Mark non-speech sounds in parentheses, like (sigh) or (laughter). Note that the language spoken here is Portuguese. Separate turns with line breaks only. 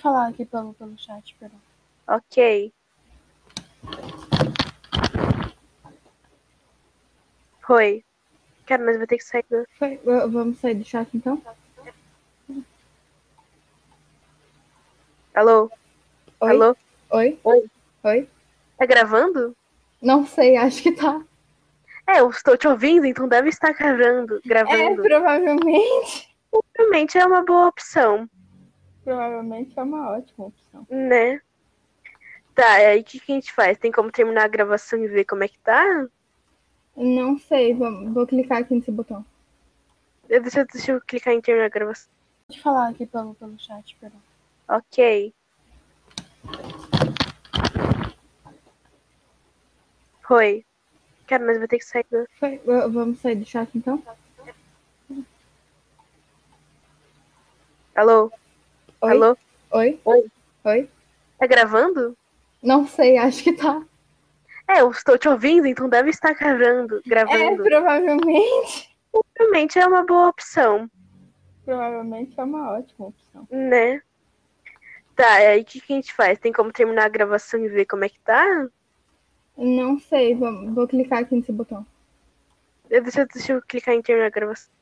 falar aqui pelo, pelo chat, perdão.
Ok. Foi. Cara, mas vou ter que sair do.
Foi, v- vamos sair do chat então?
Alô?
Oi?
Alô?
Oi?
Oi.
Oi?
Tá gravando?
Não sei, acho que tá.
É, eu estou te ouvindo, então deve estar gravando.
É,
Gravando.
provavelmente.
Realmente é uma boa opção,
(laughs) Provavelmente é uma ótima opção.
né? Tá, aí o que, que a gente faz? Tem como terminar a gravação e ver como é que tá?
Não sei, vamos, vou clicar aqui nesse botão.
Eu- Deixa, eu- deixa eu clicar em terminar a gravação.
Deixa eu falar aqui pelo, pelo chat, perdão.
Ok. Foi. Cara, mas vou ter que sair do.
Foi, v- vamos sair do chat então?
Alô?
Oi?
Alô?
Oi?
Oi.
Oi?
Tá gravando?
Não sei, acho que tá.
É, eu estou te ouvindo, então deve estar gravando.
É,
Gravando.
provavelmente.
Realmente é uma boa opção,
Provavelmente é uma ótima opção.
né? Tá, aí o que, que a gente faz? Tem como terminar a gravação e ver como é que tá?
Não sei, vamos, vou clicar aqui nesse botão.
Eu- Deixa, eu- deixa eu clicar em terminar a gravação.